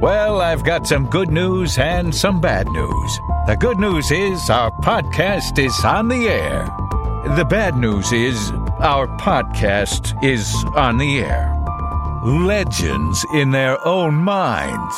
Well, I've got some good news and some bad news. The good news is our podcast is on the air. The bad news is our podcast is on the air. Legends in their own minds.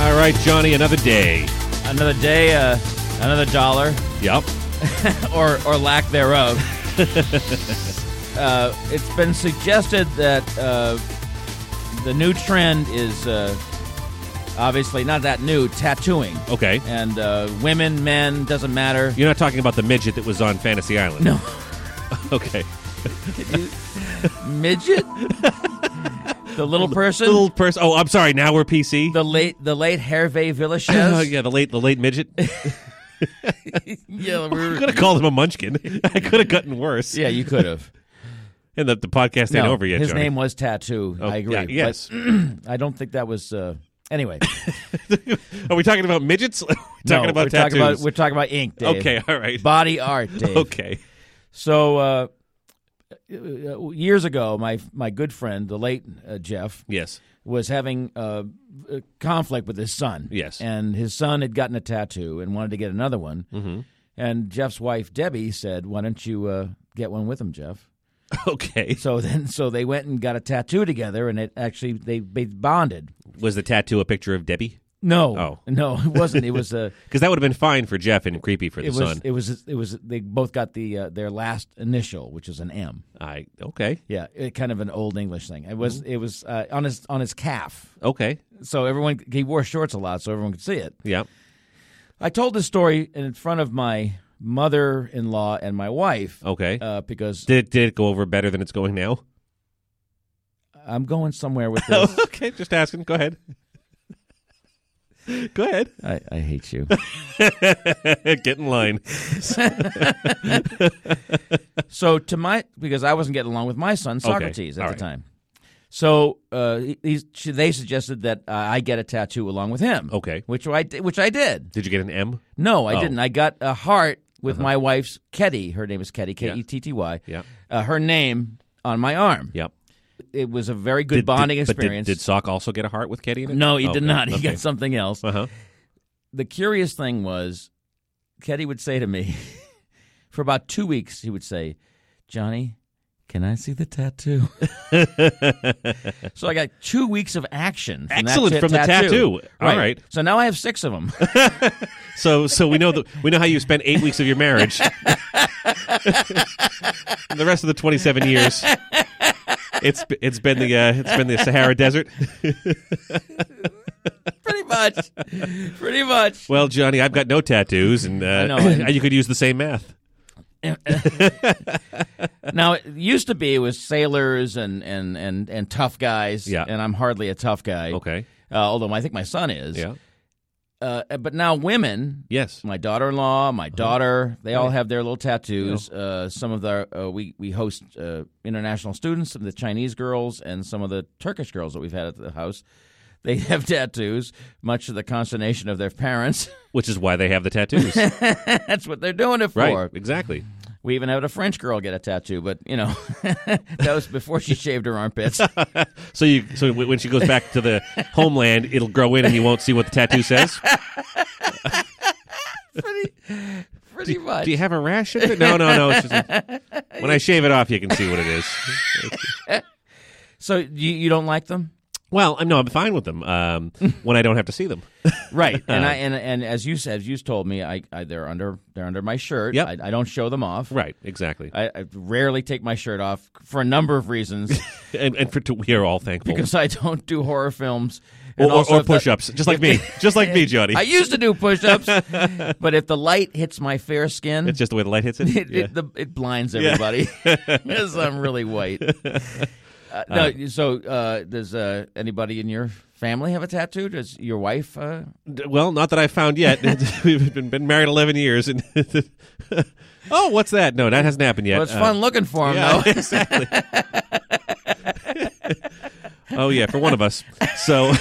All right, Johnny, another day. Another day, uh, another dollar, Yep. or or lack thereof. uh, it's been suggested that uh, the new trend is uh, obviously not that new, tattooing, Okay. and uh, women, men, doesn't matter. You're not talking about the midget that was on Fantasy Island. No. Okay. Midget, the little person, Little person. Oh, I'm sorry. Now we're PC. the late the late Hervé Villachez. Oh, yeah, the late, the late midget. I yeah, we were- could have called him a munchkin. I could have gotten worse. yeah, you could have. And the, the podcast ain't No, over yet. his Johnny. name was Tattoo. Oh, I agree. yeah, yes. but I don't think that was. Uh, anyway. Are we talking about midgets? we're talking No, about we're tattoos. Talking about, we're talking about ink, Dave. okay. All right. Body art, Dave. Okay. So uh, uh, years ago, my my good friend, the late uh, Jeff, Yes. was having uh, a conflict with his son. Yes. and his son had gotten a tattoo and wanted to get another one. Mm-hmm. And Jeff's wife Debbie said, "Why don't you uh, get one with him, Jeff?" Okay. So then, so they went and got a tattoo together, and it actually they, they bonded. Was the tattoo a picture of Debbie? No, Oh. no, it wasn't. It was a. Because that would have been fine for Jeff and creepy for the It was, son. it was it was they both got the uh, their last initial, which is an M. I okay. Yeah, it, kind of an old English thing. It was it was uh, on his on his calf, Okay. so everyone he wore shorts a lot, so everyone could see it. Yeah. I told this story in front of my mother-in-law and my wife Okay. uh, because Did it, did it go over better than it's going now? I'm going somewhere with this. okay, just asking. Go ahead. Go ahead. I, I hate you. Get in line. So to my because I wasn't getting along with my son Socrates at all the right. time. So uh, he- he's, she, they suggested that uh, I get a tattoo along with him. Okay. which I di- which I did. Did you get an M? No, I Oh. Uh-huh. didn't. I got a heart with my wife's Ketty. Her name is Ketty. K e t t y. Yeah. uh, her name on my arm. Yep. It was a very good bonding but experience. Did, did Sock also get a heart with Katie in it? no, he Oh, did okay. not. He Okay. got something else. Uh-huh. The curious thing was, Ketty would say to me, for about two weeks, he would say, Johnny, can I see the tattoo? so I got two weeks of action. From Excellent, that ta- from the tattoo. All Right. right. So now I have six of them. So so we know that we know how you spent eight weeks of your marriage. the rest of the twenty seven years. It's it's been the uh, it's been the Sahara Desert. pretty much. Pretty much. Well, Johnny, I've got no tattoos, and uh, know, and- you could use the same math. Now, it used to be it was sailors and, and, and, and tough guys. Yeah. And I'm hardly a tough guy. Okay. Uh, although I think my son is. Yeah. Uh, but now women, Yes. Uh-huh. my daughter-in-law, my daughter, they all have their little tattoos. Uh, some of the uh, we we host uh, international students, some of the Chinese girls, and some of the Turkish girls that we've had at the house. They have tattoos, much to the consternation of their parents. Which is why they have the tattoos. That's what they're doing it for. right. Exactly. We even had a French girl get a tattoo, but you know, that was before she shaved her armpits. So you so w- when she goes back to the homeland, it'll grow in and you won't see what the tattoo says. pretty, pretty much. Do you have a rash? Under? it? No, no, no. It's just when I shave it off, you can see what it is. so you, you don't like them? Well, I'm no, I'm fine with them um, when I don't have to see them. right and i and, and as you said as you told me I, I they're under they're under my shirt Yep. I, I don't show them off Right. Exactly. I, I rarely take my shirt off for a number of reasons And, and for to, we are all thankful. because i don't do horror films or and or, also or if the- push-ups, just like me, just like me, Johnny. i used to do push-ups but if the light hits my fair skin it's just the way the light hits it. it, Yeah. it, the, it blinds everybody because i'm really white Uh, no, so uh, does uh, anybody in your family have a tattoo? Does your wife? Uh, D- Well, not that I found yet. We've been, been married eleven years, and oh, what's that? No, that hasn't happened yet. well, it's Uh, fun looking for him, yeah, though. exactly. oh yeah, for one of us. So,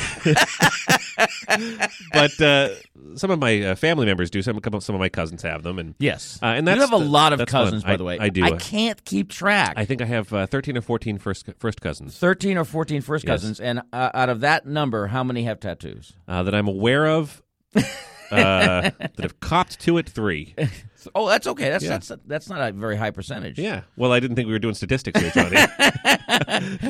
but uh, some of my uh, family members do. Some a couple, some of my cousins have them, and Yes, Uh, and that's you have a the- lot of that's cousins, fun. by I- the way. I do. I can't keep track. I think I have uh, thirteen or 14 first, first cousins 13 or 14 first Yes. cousins, and uh, out of that number, how many have tattoos? uh, that I'm aware of uh, that have copped to it three. Oh, that's okay. That's Yeah. that's that's not a very high percentage. Yeah. Well, I didn't think we were doing statistics here, Johnny.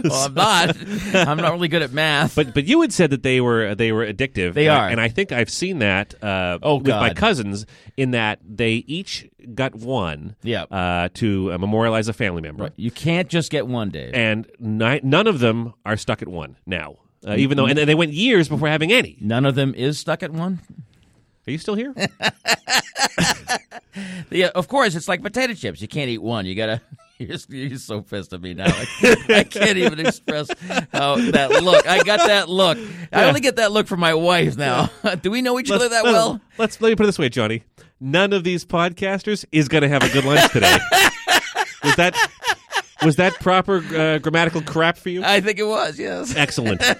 Well, I'm not. I'm not really good at math. but but you had said that they were they were addictive. They and I- are. and I think I've seen that. Uh, Oh, with my God. cousins, in that they each got one. Yeah. Uh, to uh, memorialize a family member. you can't just get one, Dave. and ni- none of them are stuck at one now. Uh, even though, and they went years before having any. None of them is stuck at one. Are you still here? Yeah, of course. It's like potato chips. You can't eat one. You gotta. You're, just- you're so pissed at me now. I, I can't even express how that look. I got that look. I only get that look from my wife now. Do we know each other that Let's- well? Let's let me put it this way, Johnny. None of these podcasters is going to have a good lunch today. was that was that proper uh, grammatical crap for you? I think it was. Yes. Excellent. Oh,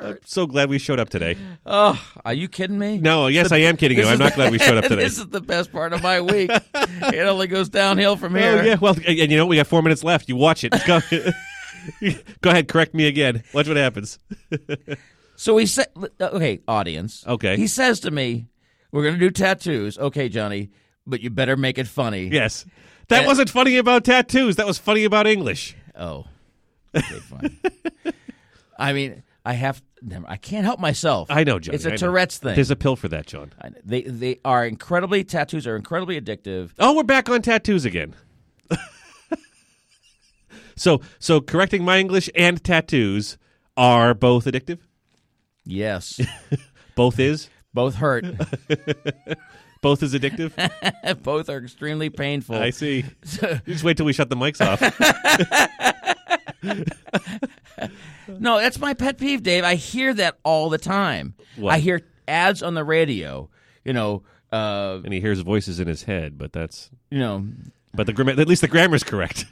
I'm so glad we showed up today. Oh, are you kidding me? No, yes, I am kidding you. This I'm is- not glad we showed up today. this is the best part of my week. it only goes downhill from here. Oh yeah, well, and and you know we got four minutes left. You watch it. Go, Go ahead, correct me again. Watch what happens. So he said, okay, audience. Okay. He says to me, we're going to do tattoos. Okay, Johnny, but you better make it funny. Yes. That Uh, wasn't funny about tattoos. That was funny about English. Oh. Okay, fine. I mean, I have, never, I can't help myself. I know, Johnny. It's I a know. Tourette's thing. There's a pill for that, John. I- they, they are incredibly, tattoos are incredibly addictive. Oh, we're back on tattoos again. so, so correcting my English and tattoos are both addictive. Yes. Both is Both hurt. both is addictive. Both are extremely painful. I see. You just wait till we shut the mics off. No, that's my pet peeve, Dave. I hear that all the time. What? I hear ads on the radio. You know, uh, and he hears voices in his head, but that's you know, but the grammar at least the grammar's correct.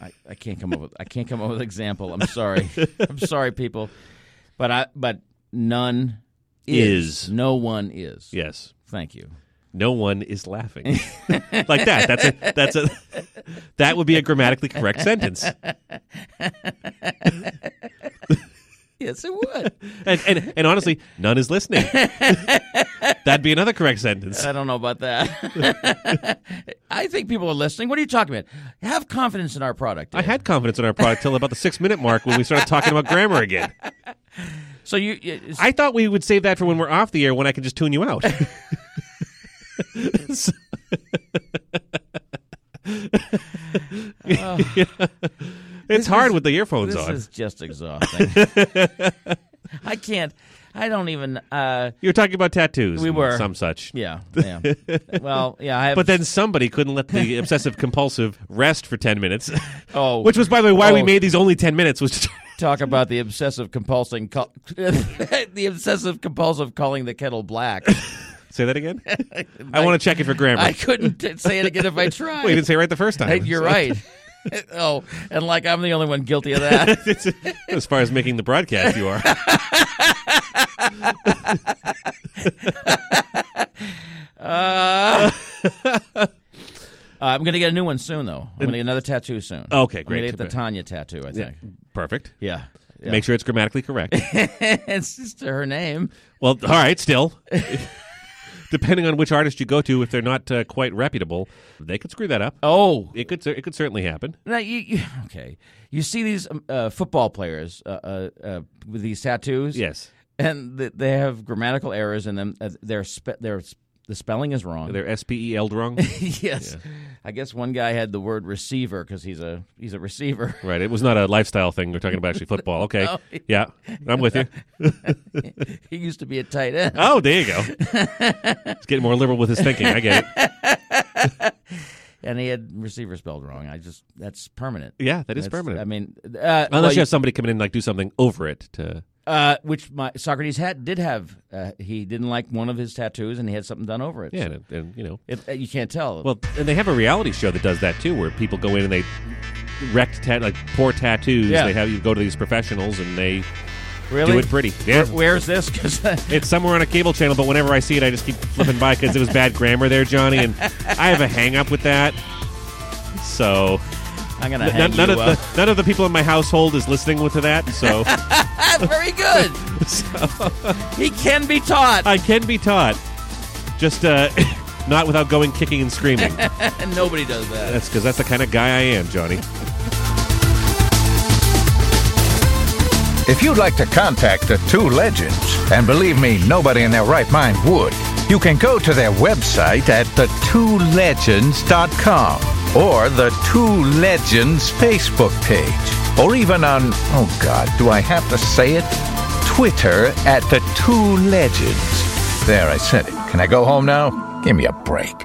I, I can't come up with I can't come up with an example. I'm sorry. I'm sorry, people. But I but none is, Is. no one is. Yes. Thank you. no one is laughing like that that's a that's a that would be a grammatically correct sentence Yes, it would. and and, and honestly none is listening that'd be another correct sentence I don't know about that. I think people are listening. What are you talking about? Have confidence in our product. i Dave. had confidence in our product till about the six minute mark when we started talking about grammar again so you, you i thought we would save that for when we're off the air when i can just tune you out it's hard with the earphones This on is just exhausting. I can't. I don't even. Uh, you were talking about tattoos We and were. some such yeah. Yeah. well. Yeah. I have, But then somebody couldn't let the obsessive compulsive rest for 10 minutes. Oh. Which was, by the way, why we Oh. made these only 10 minutes was to- talk about the obsessive compulsive. Call, the obsessive compulsive calling the kettle black. Say that again? I want to check it for grammar. I couldn't t- say it again if I tried. Well, you didn't say it right the first time. Hey, You're right. oh, and like I'm the only one guilty of that. as far as making the broadcast, you are. Uh, I'm gonna get a new one soon, though. I'm gonna get another tattoo soon. Okay, I'm gonna great. get the Tanya tattoo, I think. Perfect. Yeah. yeah. Make sure it's grammatically correct. it's just her name. well, all right, still. Depending on which artist you go to, if they're not uh, quite reputable, they could screw that up. Oh, It could cer- it could certainly happen. Now you, you okay? You see these um, uh, football players uh, uh, uh, with these tattoos, Yes. and th- they have grammatical errors in them. Uh, their spe- their s- the spelling is wrong. They're S P E L wrong. yes, I guess one guy had the word receiver because he's a he's a receiver. right. It was not a lifestyle thing. We're talking about actually football. Okay. No. Yeah. I'm with you. he used to be a tight end. Oh, there you go. He's getting more liberal with his thinking. I get it. and he had receiver spelled wrong. I just that's permanent. Yeah, that is That's- permanent. I mean, uh, unless Unless you have somebody come in and like do something over it to. uh, which my Socrates had did have. Uh, he didn't like one of his tattoos, and he had something done over it. Yeah, So and, and, you know. it, uh, you can't tell. Well, and they have a reality show that does that too, where people go in and they wrecked tat like poor tattoos. Yeah. They have you go to these professionals and they Really? Do it pretty. Yeah. Where's this? Because It's somewhere on a cable channel, but whenever I see it, I just keep flipping by because it was bad grammar there, Johnny, and I have a hang up with that. So I'm gonna none, hang none you of up. the none of the people in my household is listening to that. So Very good. he can be taught, I can be taught, just uh, not without going kicking and screaming. and nobody does that. That's because that's the kind of guy I am, Johnny. If you'd like to contact the two legends, and believe me, nobody in their right mind would, you can go to their website at thetwolegends.com or the Two Legends Facebook page, or even on, oh God, do I have to say it? Twitter at the Two Legends. There, I said it. Can I go home now? Give me a break.